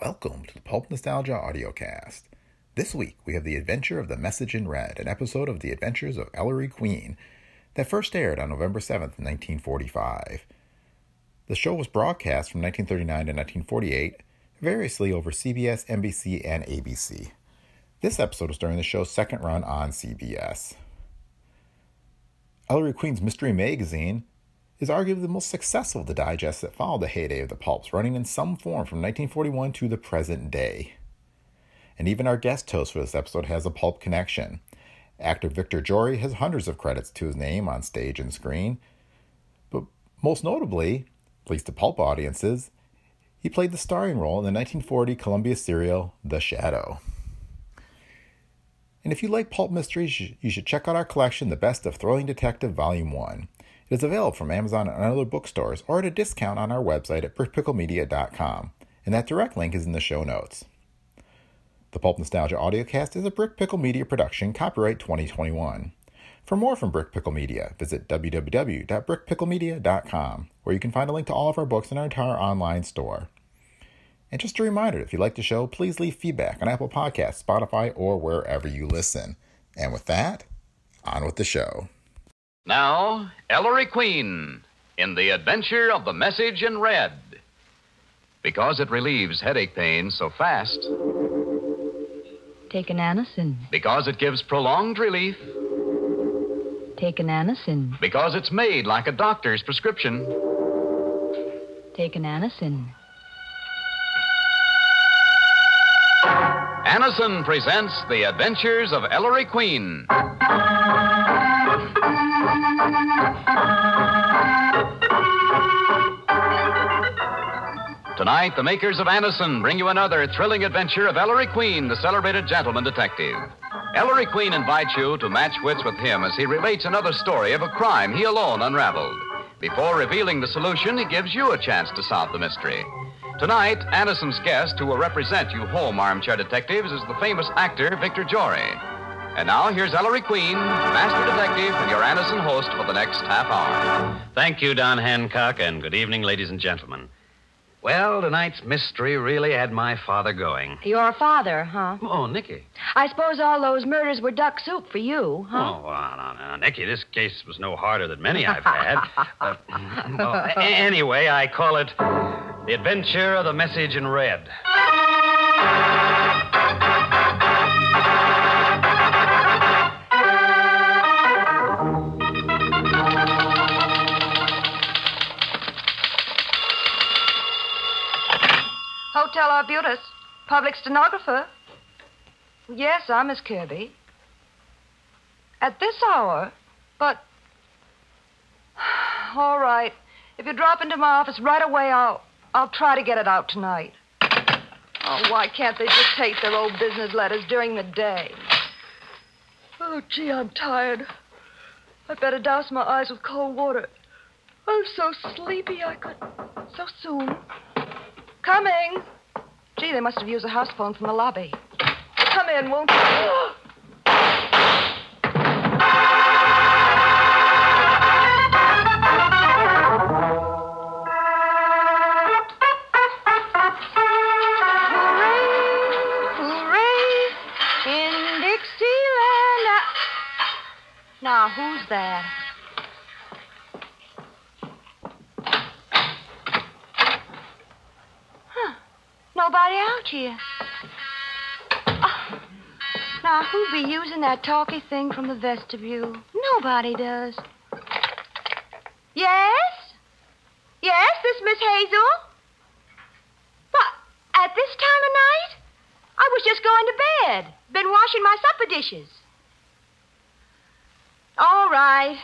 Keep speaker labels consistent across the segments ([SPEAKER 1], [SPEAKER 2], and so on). [SPEAKER 1] Welcome to the Pulp Nostalgia Audiocast. This week, we have The Adventure of the Message in Red, an episode of The Adventures of Ellery Queen that first aired on November 7th, 1945. The show was broadcast from 1939 to 1948, variously over CBS, NBC, and ABC. This episode was during the show's second run on CBS. Ellery Queen's Mystery Magazine is arguably the most successful of the digests that followed the heyday of the pulps, running in some form from 1941 to the present day. And even our guest host for this episode has a pulp connection. Actor Victor Jory has hundreds of credits to his name on stage and screen, but most notably, at least to pulp audiences, he played the starring role in the 1940 Columbia serial The Shadow. And if you like pulp mysteries, you- you should check out our collection, The Best of Thrilling Detective Volume 1. It is available from Amazon and other bookstores or at a discount on our website at brickpicklemedia.com. And that direct link is in the show notes. The Pulp Nostalgia Audiocast is a Brick Pickle Media production, copyright 2021. For more from Brick Pickle Media, visit www.brickpicklemedia.com, where you can find a link to all of our books and our entire online store. And just a reminder if you like the show, please leave feedback on Apple Podcasts, Spotify, or wherever you listen. And with that, on with the show.
[SPEAKER 2] Now, Ellery Queen in The Adventure of the Message in Red. Because it relieves headache pain so fast,
[SPEAKER 3] Take an Anacin.
[SPEAKER 2] because it gives prolonged relief,
[SPEAKER 3] Take an Anacin.
[SPEAKER 2] because it's made like a doctor's prescription.
[SPEAKER 3] Take an Anacin.
[SPEAKER 2] Anison presents The Adventures of Ellery Queen. Tonight, the makers of Anison bring you another thrilling adventure of Ellery Queen, the celebrated gentleman detective. Ellery Queen invites you to match wits with him as he relates another story of a crime he alone unraveled. Before revealing the solution, he gives you a chance to solve the mystery. Tonight, Anison's guest, who will represent you home armchair detectives, is the famous actor Victor Jory. And now here's Ellery Queen, Master Detective, and your Anison host for the next half hour.
[SPEAKER 4] Thank you, Don Hancock, and good evening, ladies and gentlemen. Well, tonight's mystery really had my father going.
[SPEAKER 3] Your father, huh?
[SPEAKER 4] Oh, Nicky.
[SPEAKER 3] I suppose all those murders were duck soup for you, huh?
[SPEAKER 4] Oh, well, no, no, no, Nicky, this case was no harder than many I've had. Uh, well, a- anyway, I call it The Adventure of the Message in Red.
[SPEAKER 3] Hotel Arbutus. Public stenographer. Yes, I'm Miss Kirby. At this hour? But. All right. If you drop into my office right away, I'll. I'll try to get it out tonight. Oh, why can't they dictate their old business letters during the day? Oh, gee, I'm tired. I'd better douse my eyes with cold water. I'm so sleepy I could. So soon. Coming. Gee, they must have used a house phone from the lobby. Come in, won't you? Hooray! In Dixieland. I- Now, who's that? Huh. Nobody out here. Oh. Now, who be using that talky thing from the vestibule? Nobody does. Yes? Yes, this Miss Hazel? But at this time of night? I was just going to bed. Been washing my supper dishes. All right.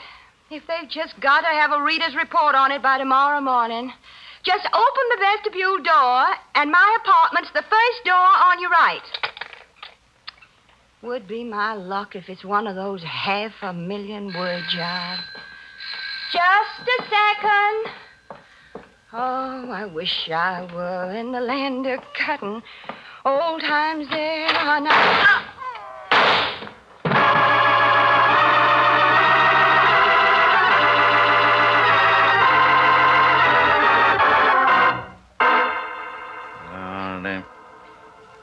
[SPEAKER 3] If they've just got to have a reader's report on it by tomorrow morning, just open the vestibule door, and my apartment's the first door on your right. Would be my luck if it's one of those half a million word jobs. Just a second. Oh, I wish I were in the land of cotton. Old times there are not.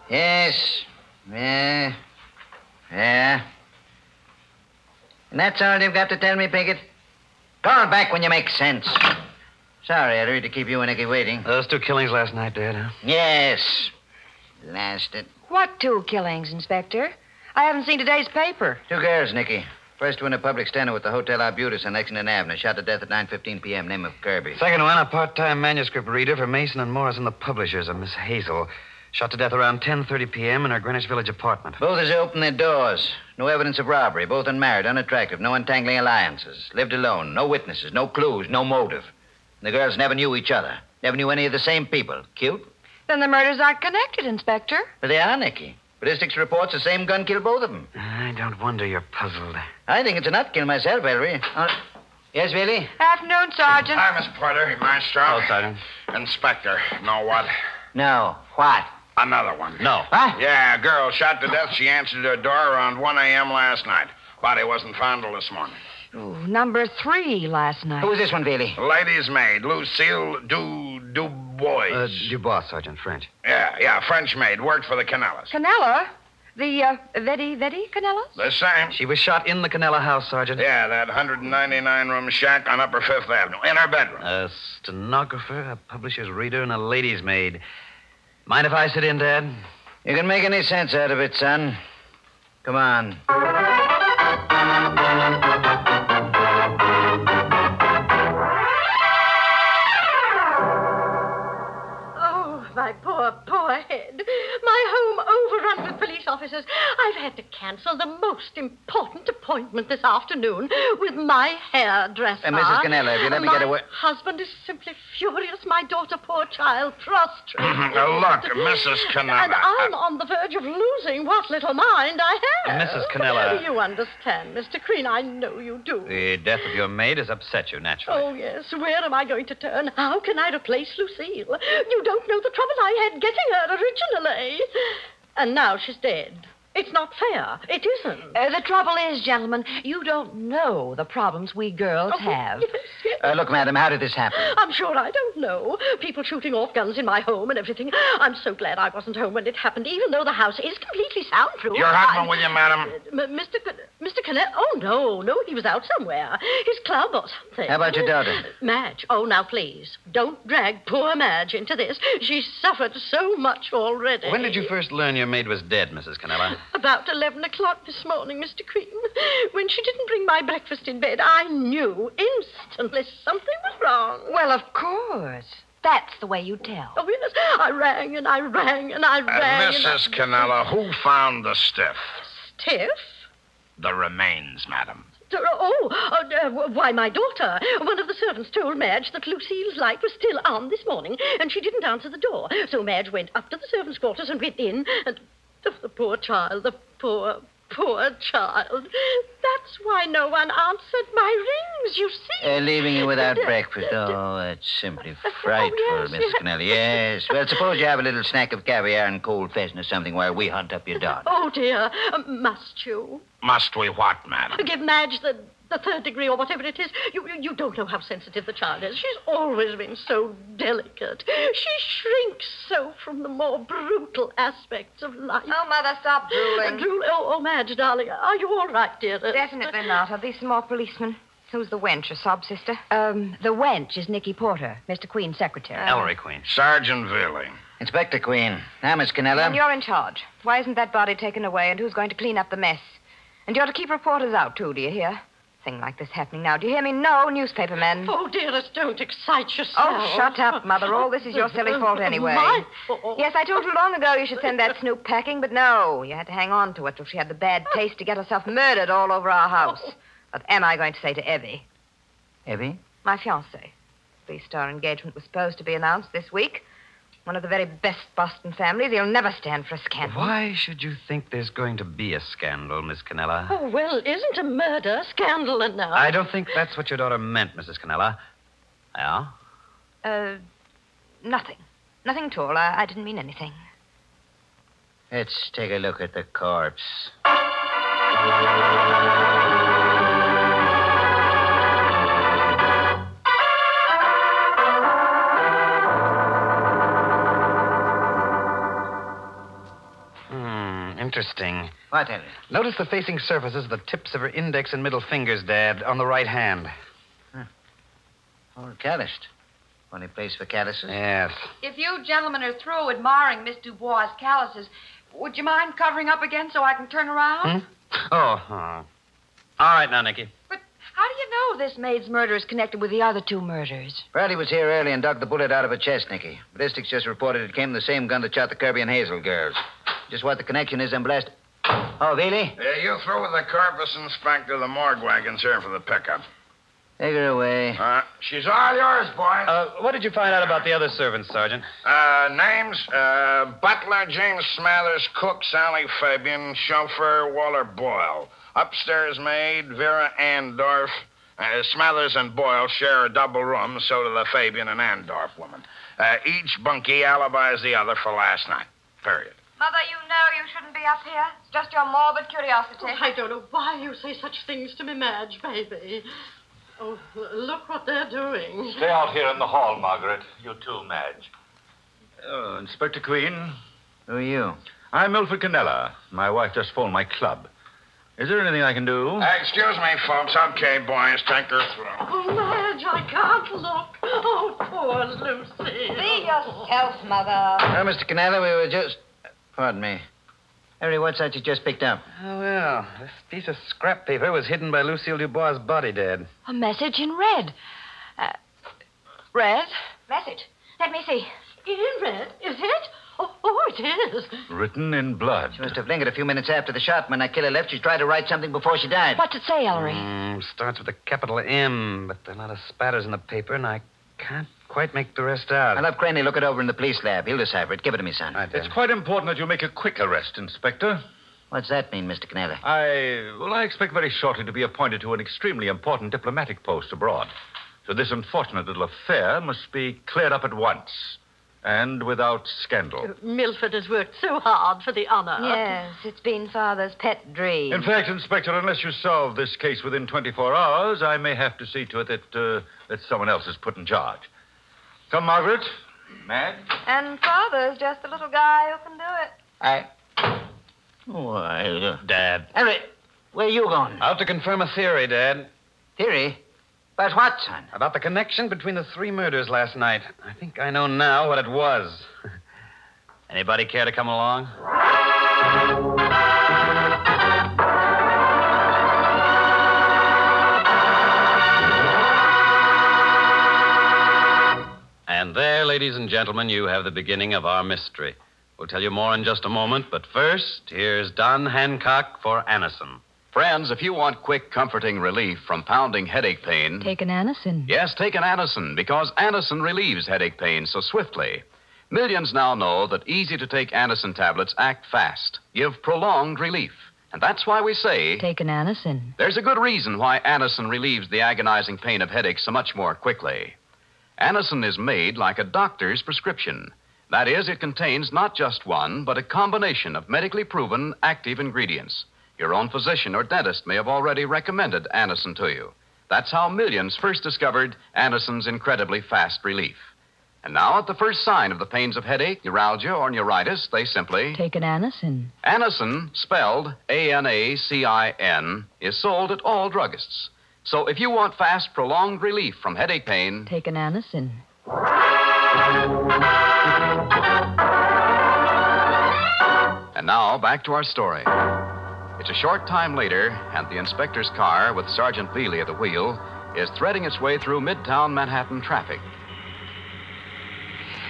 [SPEAKER 5] Yes. Yeah. Yeah. And that's all you've got to tell me, Pickett? Call back when you make sense. Sorry, Eddie, to keep you and Nicky waiting.
[SPEAKER 4] Those two killings last night, Dad, huh?
[SPEAKER 5] Yes. Blasted.
[SPEAKER 3] What two killings, Inspector? I haven't seen today's paper.
[SPEAKER 5] Two girls, Nicky. First one a public standard with the Hotel Arbutus on Lexington Avenue, shot to death at 9.15 p.m., name of Kirby.
[SPEAKER 4] Second one, a part-time manuscript reader for Mason and Morris and the publishers of Miss Hazel. Shot to death around 10.30 p.m. in her Greenwich Village apartment.
[SPEAKER 5] Both as they opened their doors. No evidence of robbery. Both unmarried, unattractive, no entangling alliances. Lived alone, no witnesses, no clues, no motive. And the girls never knew each other. Never knew any of the same people. Cute?
[SPEAKER 3] Then the murders aren't connected, Inspector.
[SPEAKER 5] But they are, Nicky. Ballistics reports the same gun killed both of them.
[SPEAKER 4] I don't wonder you're puzzled.
[SPEAKER 5] I think it's an up kill myself, Ellery. Uh, yes, Billy?
[SPEAKER 3] Afternoon, Sergeant.
[SPEAKER 6] Hi, Miss Porter. Maestro.
[SPEAKER 4] Oh, Sergeant.
[SPEAKER 6] Inspector. Know what?
[SPEAKER 5] No. What?
[SPEAKER 6] Another one.
[SPEAKER 4] No.
[SPEAKER 5] What?
[SPEAKER 6] Yeah, a girl shot to death. She answered her door around 1 a.m. last night. Body wasn't found till this morning.
[SPEAKER 3] Ooh, number three last night.
[SPEAKER 5] Who is this one, Billy?
[SPEAKER 6] Lady's maid, Lucille Du Dubois.
[SPEAKER 4] Uh, Dubois, Sergeant French.
[SPEAKER 6] yeah, yeah, French maid. Worked for the Canellas.
[SPEAKER 3] Canella? The, uh, Vetti, Vetti Canella?
[SPEAKER 6] The same.
[SPEAKER 4] She was shot in the Canella house, Sergeant.
[SPEAKER 6] Yeah, that 199 room shack on Upper Fifth Avenue, in her bedroom.
[SPEAKER 4] A stenographer, a publisher's reader, and a lady's maid. Mind if I sit in, Dad?
[SPEAKER 5] You can make any sense out of it, son. Come on.
[SPEAKER 7] Oh, my poor, poor head. My home overrun with police officers. I've had to cancel the most important appointment this afternoon with my hairdresser.
[SPEAKER 5] Uh, Mrs. Ganella, if you'll let me
[SPEAKER 7] my
[SPEAKER 5] get away-
[SPEAKER 7] husband is simply furious. My daughter, poor child, prostrate.
[SPEAKER 6] Now, look, Mrs. Canella.
[SPEAKER 7] And I'm on the verge of losing what little mind I have.
[SPEAKER 4] Mrs. Canella.
[SPEAKER 7] You understand, Mr. Crean. I know you do.
[SPEAKER 4] The death of your maid has upset you, naturally.
[SPEAKER 7] Oh, yes. Where am I going to turn? How can I replace Lucille? You don't know the trouble I had getting her originally. And now she's dead. It's not fair. It isn't.
[SPEAKER 3] Uh, the trouble is, gentlemen, you don't know the problems we girls have.
[SPEAKER 7] Oh, Yes, yes.
[SPEAKER 5] Uh, look, madam, how did this happen?
[SPEAKER 7] I'm sure I don't know. People shooting off guns in my home and everything. I'm so glad I wasn't home when it happened, even though the house is completely soundproof.
[SPEAKER 6] Your husband
[SPEAKER 7] I-
[SPEAKER 6] with you, madam?
[SPEAKER 7] M- Mr. C- Mr. Connell? Oh, no, no, he was out somewhere. His club or something.
[SPEAKER 5] How about your daughter?
[SPEAKER 7] Madge. Oh, now, please, don't drag poor Madge into this. She's suffered so much already.
[SPEAKER 4] When did you first learn your maid was dead, Mrs. Canella?
[SPEAKER 7] About 11 o'clock this morning, Mr. Crean. When she didn't bring my breakfast in bed, I knew instantly something was wrong.
[SPEAKER 3] Well, of course. That's the way you tell.
[SPEAKER 7] Oh, yes, I rang and I rang and I
[SPEAKER 6] Uh,
[SPEAKER 7] rang. and I-
[SPEAKER 6] Mrs. Canella, who found the stiff?
[SPEAKER 7] Stiff?
[SPEAKER 6] The remains, madam.
[SPEAKER 7] Oh, uh, uh, why, my daughter. One of the servants told Madge that Lucille's light was still on this morning, and she didn't answer the door. So Madge went up to the servants' quarters and went in, and oh, the poor child, the poor, poor child. That's why no one answered my rings, you see.
[SPEAKER 5] Uh, leaving you without
[SPEAKER 7] D-
[SPEAKER 5] breakfast.
[SPEAKER 7] d-
[SPEAKER 5] Oh, that's simply frightful,
[SPEAKER 7] Oh, yes,
[SPEAKER 5] Mrs.
[SPEAKER 7] yes.
[SPEAKER 5] Connelly. Yes. Well, suppose you have a little snack of caviar and cold pheasant or something while we hunt up your daughter.
[SPEAKER 7] Oh, dear. Uh, must you?
[SPEAKER 6] Must we what, madam?
[SPEAKER 7] Give Madge the, the third degree or whatever it is. You, you, you don't know how sensitive the child is. She's always been so delicate. She shrinks so from the more brutal aspects of life.
[SPEAKER 3] Oh, Mother, stop
[SPEAKER 7] Uh, Drool- oh, oh, Madge, darling, are you all right, dear? Uh,
[SPEAKER 3] Definitely not. Are these some more policemen? Who's the wench, your sob sister? Um, the wench is Nicky Porter, Mr. Queen's secretary.
[SPEAKER 4] Ellery Queen.
[SPEAKER 6] Sergeant Villing.
[SPEAKER 5] Uh, Inspector Queen. Now, Miss Cannella.
[SPEAKER 3] And you're in charge. Why isn't that body taken away, and who's going to clean up the mess? And you're to keep reporters out, too, do you hear? Thing like this happening now. Do you hear me? No, newspaper men.
[SPEAKER 7] Oh, dearest, don't excite yourself.
[SPEAKER 3] Oh, shut up, Mother. All this is your silly fault anyway.
[SPEAKER 7] uh, My fault?
[SPEAKER 3] Yes, I told you long ago you should send that snoop packing, but no. You had to hang on to it till she had the bad taste to get herself murdered all over our house. What am I going to say to Evie?
[SPEAKER 5] Evie?
[SPEAKER 3] My fiancée. Three star engagement was supposed to be announced this week. One of the very best Boston families. He'll never stand for a scandal.
[SPEAKER 4] Why should you think there's going to be a scandal, Miss Canella?
[SPEAKER 7] Oh, well, isn't a murder scandal enough?
[SPEAKER 4] I don't think that's what your daughter meant, Mrs. Canella. Yeah?
[SPEAKER 3] Uh, nothing. Nothing at all. I, I didn't mean anything.
[SPEAKER 5] Let's take a look at the corpse.
[SPEAKER 4] hmm, Interesting.
[SPEAKER 5] What, Henry?
[SPEAKER 4] Notice the facing surfaces of the tips of her index and middle fingers, Dad, on the right hand.
[SPEAKER 5] Oh, calloused. Only place for calluses.
[SPEAKER 4] Yes.
[SPEAKER 3] If you gentlemen are through admiring Miss Dubois' calluses, would you mind covering up again so I can turn around?
[SPEAKER 4] Oh, huh. All right now, Nicky.
[SPEAKER 3] But how do you know this maid's murder is connected with the other two murders?
[SPEAKER 5] Bradley was here early and dug the bullet out of her chest, Nicky. Ballistics just reported it came the same gun that shot the Kirby and Hazel girls. Just what the connection is, I'm blessed. Oh, Veely?
[SPEAKER 6] Yeah, you throw with the corpus inspector. The morgue wagon's here for the pickup.
[SPEAKER 5] Take her away.
[SPEAKER 6] Uh, she's all yours, boy.
[SPEAKER 4] Uh, what did you find out about the other servants, Sergeant?
[SPEAKER 6] Uh, names? Uh, Butler James Smathers, cook Sally Fabian, chauffeur Waller Boyle, upstairs maid Vera Andorf. Uh, Smathers and Boyle share a double room, so do the Fabian and Andorf woman. Uh, each bunkie alibis the other for last night. Period.
[SPEAKER 3] Mother, you know you shouldn't be up here. It's just your morbid curiosity.
[SPEAKER 7] Oh, I don't know why you say such things to me, Madge, baby. Oh, l- look what they're doing.
[SPEAKER 8] Stay out here in the hall, Margaret. You too, Madge. Uh, Inspector Queen,
[SPEAKER 5] Who are you?
[SPEAKER 8] I'm Milford Canella. My wife just phoned my club. Is there anything I can do?
[SPEAKER 6] Uh, excuse me, folks. Okay, boys, take her through.
[SPEAKER 7] Oh, Madge, I can't look. Oh, poor Lucy.
[SPEAKER 3] Be yourself, Mother.
[SPEAKER 5] Oh, Mr. Canella, we were just. Pardon me. Harry, what's that you just picked up?
[SPEAKER 4] Oh, well, this piece of scrap paper was hidden by Lucille Dubois' body, Dad.
[SPEAKER 3] A message in red. Uh, red? Message. Let me see.
[SPEAKER 7] In red, is it? Oh, oh, it is.
[SPEAKER 8] Written in blood.
[SPEAKER 5] She must have lingered a few minutes after the shot. When that killer left, she tried to write something before she died.
[SPEAKER 3] What's it say, Ellery?
[SPEAKER 4] Mm, starts with a capital M, but there are a lot of spatters in the paper, and I can't quite make the rest out.
[SPEAKER 5] I'll have Craney look it over in the police lab. He'll decipher it. Give it to me, son.
[SPEAKER 4] All right,
[SPEAKER 8] It's
[SPEAKER 4] Dad.
[SPEAKER 8] quite important that you make a quick arrest, Inspector.
[SPEAKER 5] What's that mean, Mr. Canella?
[SPEAKER 8] I. Well, I expect very shortly to be appointed to an extremely important diplomatic post abroad. So this unfortunate little affair must be cleared up at once. And without scandal.
[SPEAKER 7] Milford has worked so hard for the honor.
[SPEAKER 3] Yes, it's been Father's pet dream.
[SPEAKER 8] In fact, Inspector, unless you solve this case within 24 hours, I may have to see to it that, uh, that someone else is put in charge. Come, Margaret. Madge?
[SPEAKER 3] And Father's just the little guy who can do it.
[SPEAKER 5] I. Why? uh,
[SPEAKER 4] Dad.
[SPEAKER 5] Harry, where are you going?
[SPEAKER 4] Out to confirm a theory, Dad,
[SPEAKER 5] Theory? But what, son?
[SPEAKER 4] about the connection between the three murders last night. I think I know now what it was. Anybody care to come along? And there, ladies and gentlemen, you have the beginning of our mystery. We'll tell you more in just a moment, but first, here's Don Hancock for Anison.
[SPEAKER 2] Friends, if you want quick, comforting relief from pounding headache pain,
[SPEAKER 3] Take an Anison.
[SPEAKER 2] Yes, take an Anacin because Anacin relieves headache pain so swiftly. Millions now know that easy to take Anacin tablets act fast, give prolonged relief. And that's why we say
[SPEAKER 3] Take an Anison.
[SPEAKER 2] there's a good reason why Anacin relieves the agonizing pain of headaches so much more quickly. Anacin is made like a doctor's prescription. That is, it contains not just one, but a combination of medically proven active ingredients. Your own physician or dentist may have already recommended Anacin to you. That's how millions first discovered Anisin's incredibly fast relief. And now, at the first sign of the pains of headache, neuralgia, or neuritis, they simply
[SPEAKER 3] Take an Anison.
[SPEAKER 2] Anacin, spelled A N A C I N, is sold at all druggists. So if you want fast, prolonged relief from headache pain,
[SPEAKER 3] Take an Anison.
[SPEAKER 2] and now back to our story. It's a short time later, and the inspector's car, with Sergeant Bealey at the wheel, is threading its way through midtown Manhattan traffic.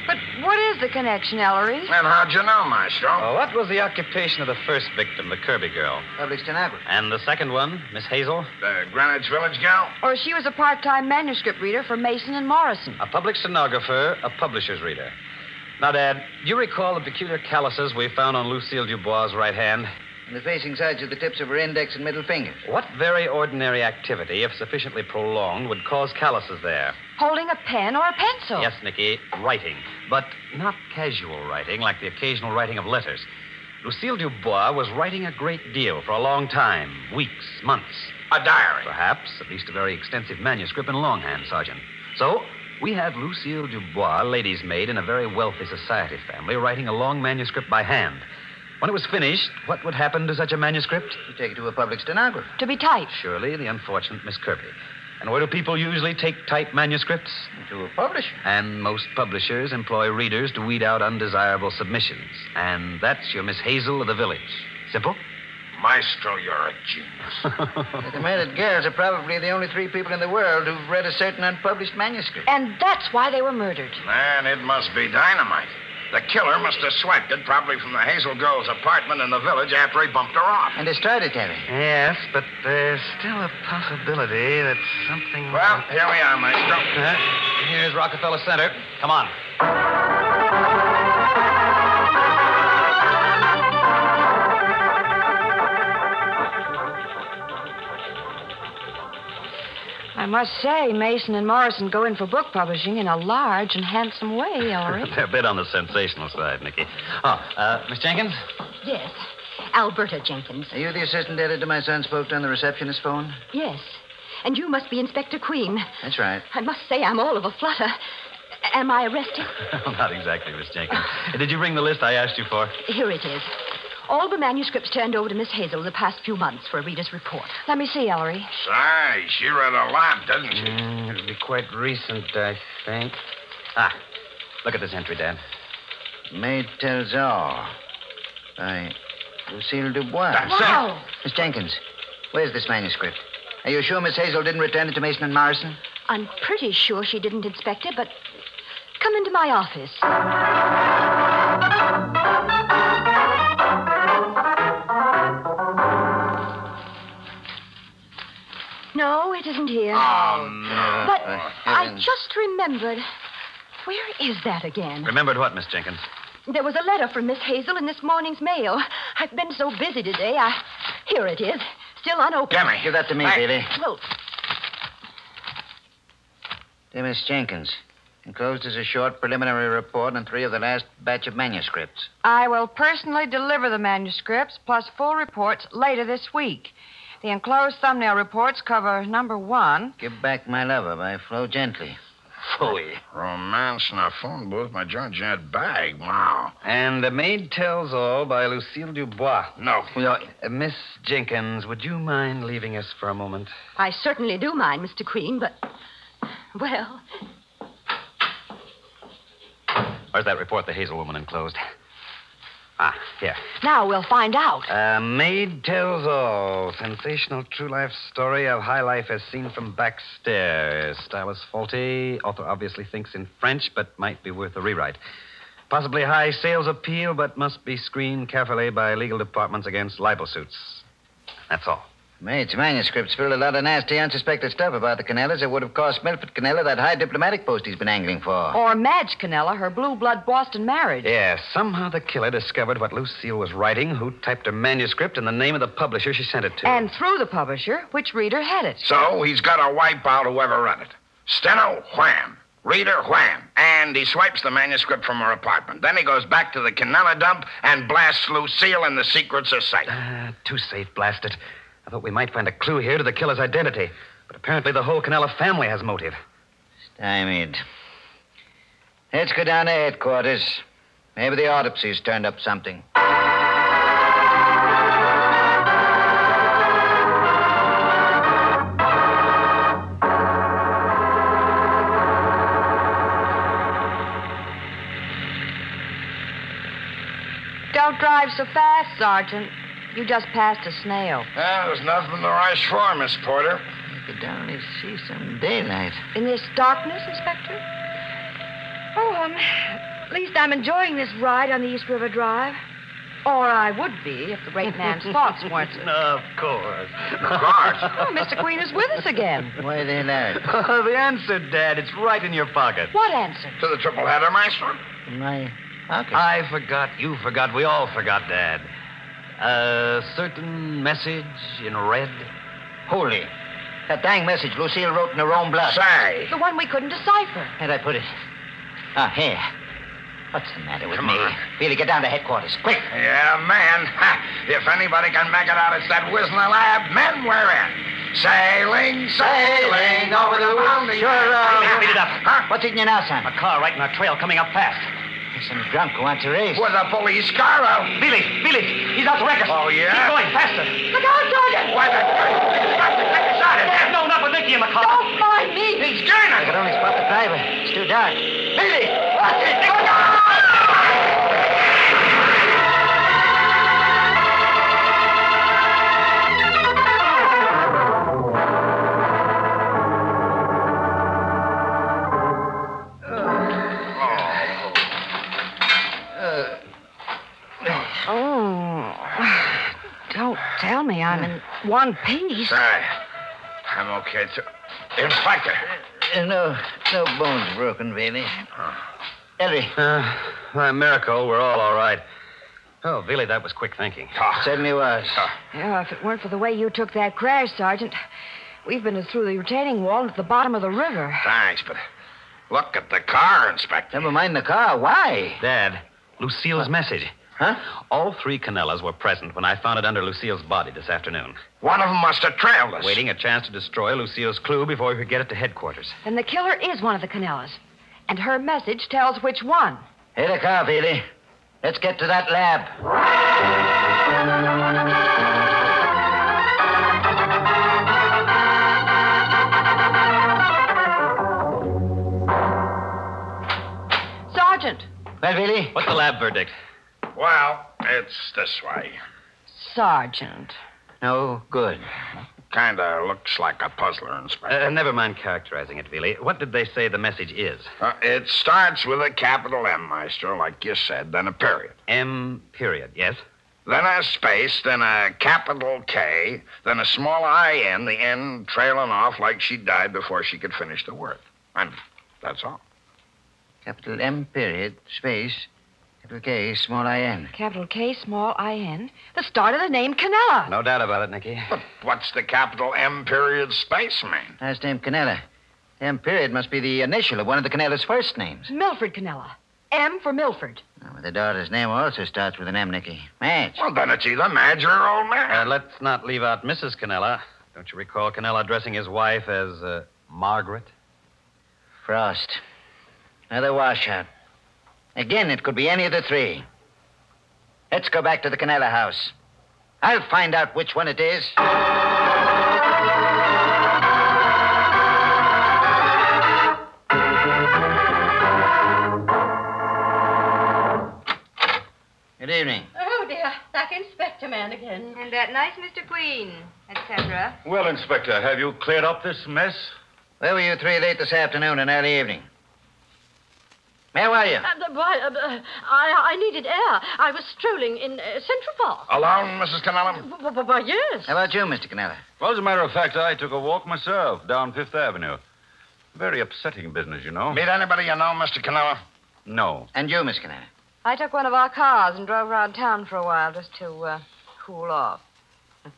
[SPEAKER 3] But what is the connection, Ellery?
[SPEAKER 6] And how'd you know, Maestro?
[SPEAKER 4] Oh, what was the occupation of the first victim, the Kirby girl?
[SPEAKER 5] Public stenographer.
[SPEAKER 4] And the second one, Miss Hazel?
[SPEAKER 6] The Greenwich Village gal?
[SPEAKER 3] Or she was a part time manuscript reader for Mason and Morrison.
[SPEAKER 4] A public stenographer, a publisher's reader. Now, Dad, you recall the peculiar calluses we found on Lucille Dubois' right hand?
[SPEAKER 5] And the facing sides of the tips of her index and middle fingers.
[SPEAKER 4] What very ordinary activity, if sufficiently prolonged, would cause calluses there?
[SPEAKER 3] Holding a pen or a pencil.
[SPEAKER 4] Yes, Nicky, writing. But not casual writing, like the occasional writing of letters. Lucille Dubois was writing a great deal for a long time weeks, months.
[SPEAKER 6] A diary.
[SPEAKER 4] Perhaps, at least a very extensive manuscript in longhand, Sergeant. So, we have Lucille Dubois, lady's maid in a very wealthy society family, writing a long manuscript by hand. When it was finished, what would happen to such a manuscript?
[SPEAKER 5] You take it to a public stenographer.
[SPEAKER 3] To be typed.
[SPEAKER 4] Surely the unfortunate Miss Kirby. And where do people usually take type manuscripts?
[SPEAKER 5] To a publisher.
[SPEAKER 4] And most publishers employ readers to weed out undesirable submissions. And that's your Miss Hazel of the village. Simple?
[SPEAKER 6] Maestro, you're a genius.
[SPEAKER 5] the men at Gales are probably the only three people in the world who've read a certain unpublished manuscript.
[SPEAKER 3] And that's why they were murdered.
[SPEAKER 6] Man, it must be dynamite. The killer must have swiped it probably from the Hazel girl's apartment in the village after he bumped her off.
[SPEAKER 5] And they started, Terry.
[SPEAKER 4] Yes, but there's still a possibility that something.
[SPEAKER 6] Well, here we are, Maestro.
[SPEAKER 4] Huh? Uh-huh. here's Rockefeller Center. Come on.
[SPEAKER 3] I must say, Mason and Morrison go in for book publishing in a large and handsome way, Ellery.
[SPEAKER 4] They're a bit on the sensational side, Nicky. Oh, uh, Miss Jenkins?
[SPEAKER 9] Yes. Alberta Jenkins.
[SPEAKER 5] Are you the assistant editor my son spoke to on the receptionist phone?
[SPEAKER 9] Yes. And you must be Inspector Queen.
[SPEAKER 5] That's right.
[SPEAKER 9] I must say I'm all of a flutter. Am I arrested?
[SPEAKER 4] Not exactly, Miss Jenkins. Did you bring the list I asked you for?
[SPEAKER 9] Here it is. All the manuscripts turned over to Miss Hazel the past few months for a reader's report.
[SPEAKER 3] Let me see, Ellery.
[SPEAKER 6] Say, she read a lot, didn't she?
[SPEAKER 4] it'll be quite recent, I think. Ah, look at this entry, Dan.
[SPEAKER 5] Maid Tells All by Lucille Dubois.
[SPEAKER 6] That's
[SPEAKER 3] Wow.
[SPEAKER 5] Miss Jenkins, where's this manuscript? Are you sure Miss Hazel didn't return it to Mason and Morrison?
[SPEAKER 9] I'm pretty sure she didn't, Inspector, but come into my office. No, it isn't here.
[SPEAKER 6] Oh, no.
[SPEAKER 9] But
[SPEAKER 5] for
[SPEAKER 9] I
[SPEAKER 5] heaven's-
[SPEAKER 9] just remembered. Where is that again?
[SPEAKER 4] Remembered what, Miss Jenkins?
[SPEAKER 9] There was a letter from Miss Hazel in this morning's mail. I've been so busy today. I here it is, still unopened.
[SPEAKER 6] Gimme.
[SPEAKER 5] Give that to me,
[SPEAKER 6] Hey.
[SPEAKER 5] baby.
[SPEAKER 9] Well,
[SPEAKER 5] Dear Miss Jenkins, enclosed is a short preliminary report on three of the last batch of manuscripts.
[SPEAKER 3] I will personally deliver the manuscripts plus full reports later this week. The enclosed thumbnail reports cover number one.
[SPEAKER 5] Give Back My Lover by Flo Gently.
[SPEAKER 4] Phooey.
[SPEAKER 6] Romance in a phone booth, my Georgette bag. Wow.
[SPEAKER 4] And The Maid Tells All by Lucille Dubois.
[SPEAKER 6] No.
[SPEAKER 4] Well, uh, Miss Jenkins, would you mind leaving us for a moment?
[SPEAKER 9] I certainly do mind, Mr. Queen, but well,
[SPEAKER 4] Where's that report the Hazel woman enclosed? Ah, here.
[SPEAKER 9] now we'll find out.
[SPEAKER 4] Uh, Maid Tells All. Sensational true life story of high life as seen from back stairs. Style is faulty. Author obviously thinks in French, but might be worth a rewrite. Possibly high sales appeal, but must be screened carefully by legal departments against libel suits. That's all.
[SPEAKER 5] Maid's manuscript spilled a lot of nasty, unsuspected stuff about the Canellas that would have cost Milford Canella that high diplomatic post he's been angling for.
[SPEAKER 3] Or Madge Canella, her blue blood Boston marriage.
[SPEAKER 4] Yeah, somehow the killer discovered what Lucille was writing, who typed her manuscript, and the name of the publisher she sent it to.
[SPEAKER 3] And through the publisher, which reader had it.
[SPEAKER 6] So he's got to wipe out whoever read it. Steno, wham. Reader, wham. And he swipes the manuscript from her apartment. Then he goes back to the Canella dump and blasts Lucille and the secret society.
[SPEAKER 4] Ah, too safe, blasted. I thought we might find a clue here to the killer's identity, but apparently the whole Canella family has motive.
[SPEAKER 5] Stymied. Let's go down to headquarters. Maybe the autopsy's turned up something.
[SPEAKER 3] Don't drive so fast, Sergeant. You just passed a snail.
[SPEAKER 6] Well, there's nothing to rush for, Miss Porter.
[SPEAKER 5] Look down and see some daylight.
[SPEAKER 3] In this darkness, Inspector? Oh, um, at least I'm enjoying this ride on the East River Drive. Or I would be if the great man's thoughts weren't. so-
[SPEAKER 4] Of course.
[SPEAKER 6] Of course.
[SPEAKER 3] Oh, Mr. Queen is with us again.
[SPEAKER 5] Why they lied.
[SPEAKER 4] the answer, Dad, it's right in your pocket.
[SPEAKER 3] What answer?
[SPEAKER 6] to the triple header, Maestro.
[SPEAKER 5] My pocket.
[SPEAKER 4] I forgot, you forgot, we all forgot, Dad. A certain message in red.
[SPEAKER 5] Holy. That dang message Lucille wrote in her own blood.
[SPEAKER 6] Say.
[SPEAKER 3] The one we couldn't decipher.
[SPEAKER 5] Where'd I put it? Ah, here. What's the matter with
[SPEAKER 6] Come
[SPEAKER 5] me?
[SPEAKER 6] on.
[SPEAKER 5] Really, get down to headquarters, quick.
[SPEAKER 6] Yeah, man. Ha. If anybody can make it out, it's that whizzing lab. Men, we're in. Sailing, sailing over the boundary.
[SPEAKER 5] Sure, uh,
[SPEAKER 6] Hey,
[SPEAKER 5] speed it
[SPEAKER 6] Huh?
[SPEAKER 5] What's eating you now, son?
[SPEAKER 4] car right in our trail coming up fast.
[SPEAKER 5] Some drunk who wants a raise.
[SPEAKER 6] With a police car, I'll...
[SPEAKER 5] Billy, Billy, he's out to wreck us.
[SPEAKER 6] Oh, yeah?
[SPEAKER 5] Keep going, faster.
[SPEAKER 9] Look out, Sergeant!
[SPEAKER 6] Why the...
[SPEAKER 5] Sergeant, no, not with Nicky in the car.
[SPEAKER 9] Don't mind me!
[SPEAKER 6] He's
[SPEAKER 5] I
[SPEAKER 6] turning.
[SPEAKER 5] could only spot the driver. It's too dark. Billy!
[SPEAKER 3] Oh. Don't tell me I'm in one piece.
[SPEAKER 6] Sorry. I'm okay, too. Inspector.
[SPEAKER 5] Uh, no, no bones broken, Billy. Ellery,
[SPEAKER 4] Uh, by miracle, we're all all right. Oh, Billy, that was quick thinking.
[SPEAKER 6] Ah.
[SPEAKER 4] Ah.
[SPEAKER 5] certainly was.
[SPEAKER 3] Yeah, if it weren't for the way you took that crash, Sergeant, we've been as through the retaining wall and at the bottom of the river.
[SPEAKER 6] Thanks, but look at the car, Inspector.
[SPEAKER 5] Never mind the car. Why?
[SPEAKER 4] Dad,
[SPEAKER 6] Ah.
[SPEAKER 4] Lucille's message.
[SPEAKER 5] Huh?
[SPEAKER 4] All three Canellas were present when I found it under Lucille's body this afternoon,
[SPEAKER 6] One of them must have trailed us.
[SPEAKER 4] waiting a chance to destroy Lucille's clue before we could get it to headquarters.
[SPEAKER 3] Then the killer is one of the Canellas. And her message tells which one.
[SPEAKER 5] Hey, the car, Billy. Let's get to that lab.
[SPEAKER 3] Sergeant!
[SPEAKER 5] Well, Billy,
[SPEAKER 4] What's the lab verdict?
[SPEAKER 6] Well, it's this way.
[SPEAKER 3] Sergeant.
[SPEAKER 5] no good.
[SPEAKER 6] Kinda looks like a puzzler, Inspector.
[SPEAKER 4] Uh, never mind characterizing it, Billy. What did they say the message is?
[SPEAKER 6] Uh, it starts with a capital M, Maestro, like you said, then a period.
[SPEAKER 4] M period, yes?
[SPEAKER 6] Then a space, then a capital K, then a small I N, the N trailing off like she died before she could finish the word. And that's all.
[SPEAKER 5] Capital M, period, space, capital K, small I N.
[SPEAKER 3] Capital K, small I N. The start of the name Canella.
[SPEAKER 4] No doubt about it, Nicky.
[SPEAKER 6] But what's the capital M period space mean?
[SPEAKER 5] Last name, Canella. The M, period, must be the initial of one of the Canella's first names.
[SPEAKER 3] Milford Canella. M for Milford.
[SPEAKER 5] Now, the daughter's name also starts with an M, Nicky. Madge.
[SPEAKER 6] Well, then it's either Madge or old
[SPEAKER 4] Uh,
[SPEAKER 6] man.
[SPEAKER 4] let's not leave out Mrs. Canella. Don't you recall Canella addressing his wife as uh, Margaret?
[SPEAKER 5] Frost. Another washout. Again, it could be any of the three. Let's go back to the Canella house. I'll find out which one it is.
[SPEAKER 8] Uh,
[SPEAKER 5] Good evening.
[SPEAKER 7] Oh, dear. That inspector man again.
[SPEAKER 9] And that nice Mr. Queen, etc.
[SPEAKER 8] Well, Inspector, have you cleared up this mess?
[SPEAKER 5] Where were you three late this afternoon and early evening? Where were you?
[SPEAKER 7] Uh, but why, uh, uh, I, I needed air. I was strolling in uh, Central Park.
[SPEAKER 6] Alone, Mrs. Connellum?
[SPEAKER 7] W- w- why, yes.
[SPEAKER 5] How about you, Mr. Canella?
[SPEAKER 8] Well, as a matter of fact, I took a walk myself down Fifth Avenue. Very upsetting business, you know.
[SPEAKER 6] Meet anybody you know, Mr. Connellum?
[SPEAKER 8] No.
[SPEAKER 5] And you, Miss Canella?
[SPEAKER 3] I took one of our cars and drove around town for a while just to uh, cool off.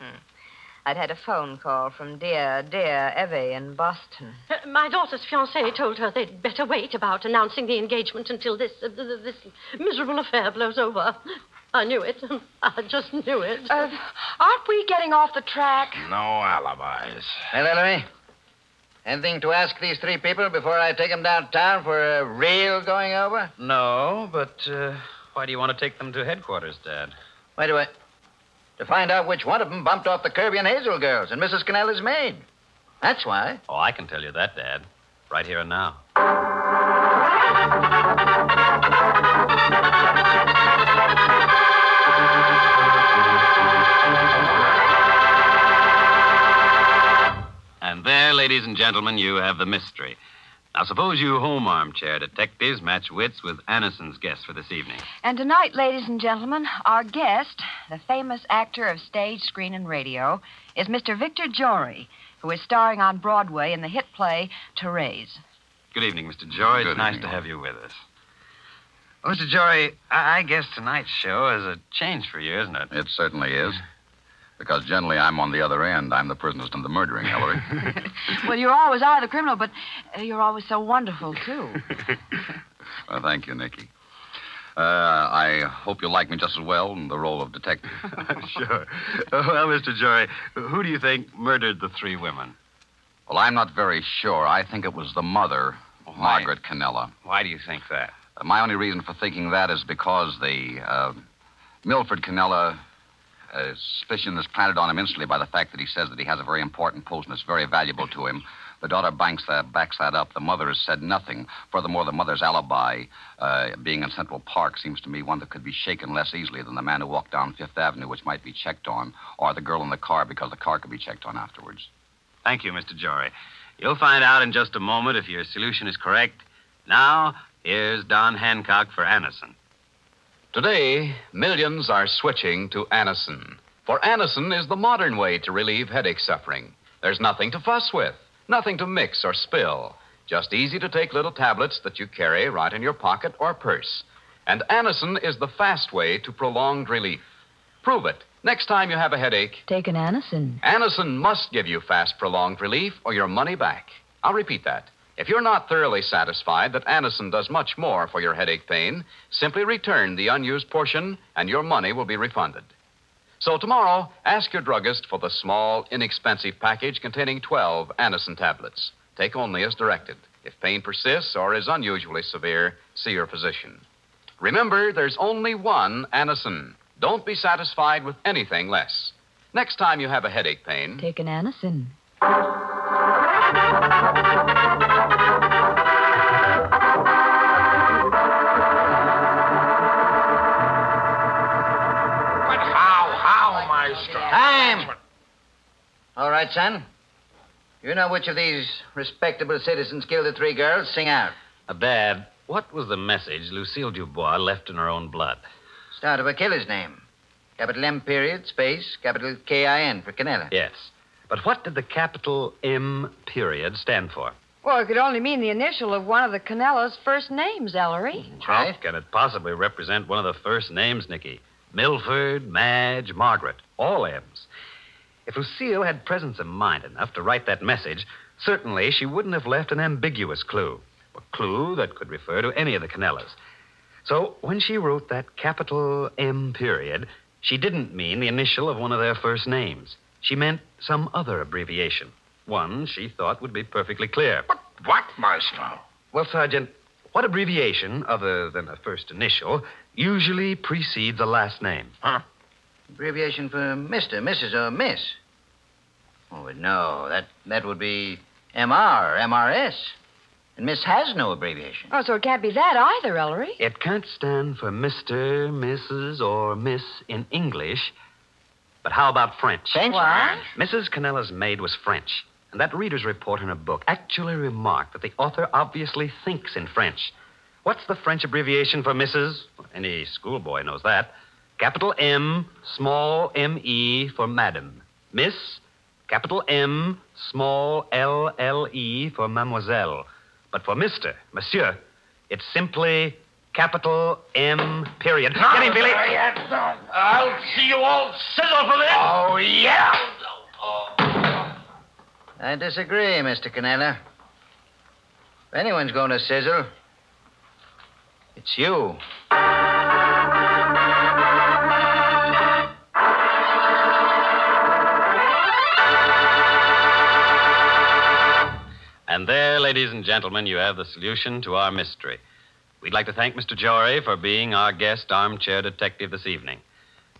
[SPEAKER 3] I'd had a phone call from dear, dear Evie in Boston.
[SPEAKER 7] Uh, my daughter's fiancé told her they'd better wait about announcing the engagement until this uh, th- th- this miserable affair blows over. I knew it. I just knew it.
[SPEAKER 3] Uh, aren't we getting off the track?
[SPEAKER 6] No alibis.
[SPEAKER 5] Well, Ellery, anything to ask these three people before I take them downtown for a real going over?
[SPEAKER 4] No, but uh, why do you want to take them to headquarters, Dad?
[SPEAKER 5] Wait a minute. To find out which one of them bumped off the Kirby and Hazel girls and Mrs. Canella's maid. That's why.
[SPEAKER 4] Oh, I can tell you that, Dad. Right here and now. And there, ladies and gentlemen, you have the mystery. Now, suppose you home armchair detectives match wits with Anderson's guest for this evening.
[SPEAKER 3] And tonight, ladies and gentlemen, our guest, the famous actor of stage, screen, and radio, is Mr. Victor Jory, who is starring on Broadway in the hit play Therese.
[SPEAKER 4] Good evening, Mr. Joy. It's
[SPEAKER 8] Good
[SPEAKER 4] nice to
[SPEAKER 8] evening.
[SPEAKER 4] have you with us. Well, Mr. Joy, I-, I guess tonight's show is a change for you, isn't it?
[SPEAKER 8] It certainly is. Because generally I'm on the other end. I'm the prisoner to the murdering, Hillary.
[SPEAKER 3] Well, you always are the criminal, but uh, you're always so wonderful, too.
[SPEAKER 8] well, thank you, Nicky. Uh, I hope you like me just as well in the role of detective.
[SPEAKER 4] sure. Uh, Well, Mr. Joy, who do you think murdered the three women?
[SPEAKER 8] Well, I'm not very sure. I think it was the mother,
[SPEAKER 4] Why?
[SPEAKER 8] Margaret Canella.
[SPEAKER 4] Why do you think that?
[SPEAKER 2] Uh, my only reason for thinking that is because the uh, Milford Canella uh, suspicion is planted on him instantly by the fact that he says that he has a very important post and it's very valuable to him. The daughter banks that, backs that up. The mother has said nothing. Furthermore, the mother's alibi, uh, being in Central Park, seems to me one that could be shaken less easily than the man who walked down Fifth Avenue, which might be checked on, or the girl in the car, because the car could be checked on afterwards.
[SPEAKER 4] Thank you, Mr. Jory. You'll find out in just a moment if your solution is correct. Now, here's Don Hancock for Anderson.
[SPEAKER 2] Today, millions are switching to Anison. For Anison is the modern way to relieve headache suffering. There's nothing to fuss with, nothing to mix or spill. Just easy to take little tablets that you carry right in your pocket or purse. And Anison is the fast way to prolonged relief. Prove it. Next time you have a headache,
[SPEAKER 9] Take an Anison.
[SPEAKER 2] Anison must give you fast prolonged relief or your money back. I'll repeat that. If you're not thoroughly satisfied that Anison does much more for your headache pain, simply return the unused portion and your money will be refunded. So tomorrow, ask your druggist for the small, inexpensive package containing 12 Anison tablets. Take only as directed. If pain persists or is unusually severe, see your physician. Remember, there's only one Anison. Don't be satisfied with anything less. Next time you have a headache pain,
[SPEAKER 9] Take an Anison.
[SPEAKER 6] But how, how, Maestro?
[SPEAKER 5] Time! All right, son. You know which of these respectable citizens killed the three girls? Sing out.
[SPEAKER 4] Uh, Dad, what was the message Lucille Dubois left in her own blood?
[SPEAKER 5] Start of a killer's name. Capital M period, space, capital K-I-N for Canella.
[SPEAKER 4] Yes. But what did the capital M period stand for?
[SPEAKER 3] Well, it could only mean the initial of one of the Canella's first names, Ellery.
[SPEAKER 5] Right.
[SPEAKER 4] How can it possibly represent one of the first names, Nicky? Milford, Madge, Margaret, all M's. If Lucille had presence of mind enough to write that message, certainly she wouldn't have left an ambiguous clue, a clue that could refer to any of the Canellas. So when she wrote that capital M period, she didn't mean the initial of one of their first names. She meant some other abbreviation, one she thought would be perfectly clear.
[SPEAKER 6] What, Maestro?
[SPEAKER 4] Well, Sergeant, what abbreviation, other than a first initial, usually precedes a last name?
[SPEAKER 5] Abbreviation for Mr., Mrs., or Miss. Oh, no, that, that would be MR, MRS. And Miss has no abbreviation.
[SPEAKER 3] Oh, so it can't be that either, Ellery.
[SPEAKER 4] It can't stand for Mr., Mrs., or Miss in English. But how about French?
[SPEAKER 5] French?
[SPEAKER 3] What?
[SPEAKER 4] Mrs. Canella's maid was French, and that reader's report in her book actually remarked that the author obviously thinks in French. What's the French abbreviation for Mrs.? Any schoolboy knows that. Capital M, small M E for Madam. Miss, capital M, small L L E for Mademoiselle. But for Mr., Monsieur, it's simply capital M, period. Get him, Billy.
[SPEAKER 6] I'll see you all sizzle for this. Oh, yeah.
[SPEAKER 5] I disagree, Mr. Canella. If anyone's going to sizzle, it's you.
[SPEAKER 4] And there, ladies and gentlemen, you have the solution to our mystery. We'd like to thank Mr. Jory for being our guest armchair detective this evening.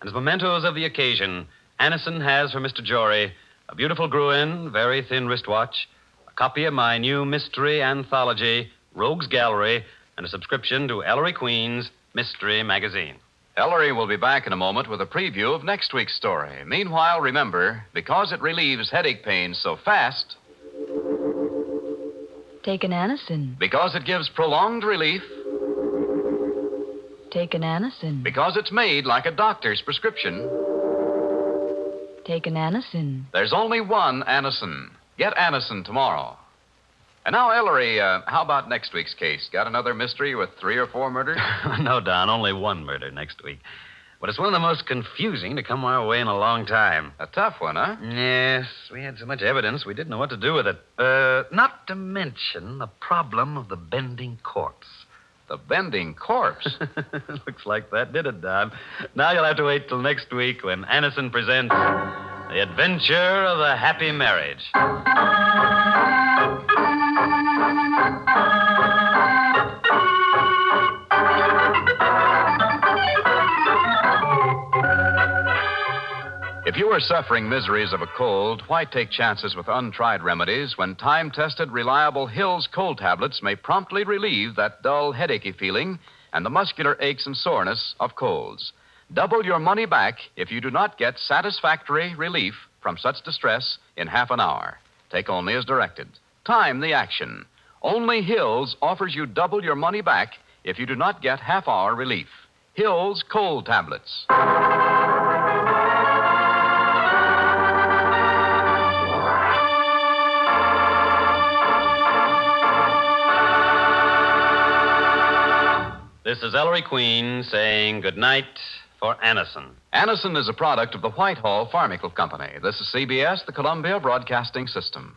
[SPEAKER 4] And as mementos of the occasion, Anison has for Mr. Jory a beautiful Gruen, very thin wristwatch, a copy of my new mystery anthology, Rogues Gallery, and a subscription to Ellery Queen's Mystery Magazine.
[SPEAKER 2] Ellery will be back in a moment with a preview of next week's story. Meanwhile, remember, because it relieves headache pain so fast,
[SPEAKER 9] Take an Anison.
[SPEAKER 2] because it gives prolonged relief,
[SPEAKER 9] Take an Anison.
[SPEAKER 2] because it's made like a doctor's prescription,
[SPEAKER 9] Take an Anison.
[SPEAKER 2] there's only one Anison. Get Anison tomorrow. And now, Ellery, uh, how about next week's case? Got another mystery with three or four murders?
[SPEAKER 4] no, Don, only one murder next week. But it's one of the most confusing to come our way in a long time.
[SPEAKER 2] a tough one, huh?
[SPEAKER 4] Yes, we had so much evidence we didn't know what to do with it. Uh, not to mention the problem of the bending corpse.
[SPEAKER 2] The bending corpse.
[SPEAKER 4] Looks like that did it, Don. Now you'll have to wait till next week when Anison presents The Adventure of a Happy Marriage.
[SPEAKER 2] If you are suffering miseries of a cold, why take chances with untried remedies when time tested, reliable Hill's cold tablets may promptly relieve that dull, headachy feeling and the muscular aches and soreness of colds? Double your money back if you do not get satisfactory relief from such distress in half an hour. Take only as directed. Time the action. Only Hills offers you double your money back if you do not get half hour relief. Hills Cold Tablets.
[SPEAKER 4] This is Ellery Queen saying good night for Anison.
[SPEAKER 2] Anison is a product of the Whitehall Pharmaceutical Company. This is CBS, the Columbia Broadcasting System.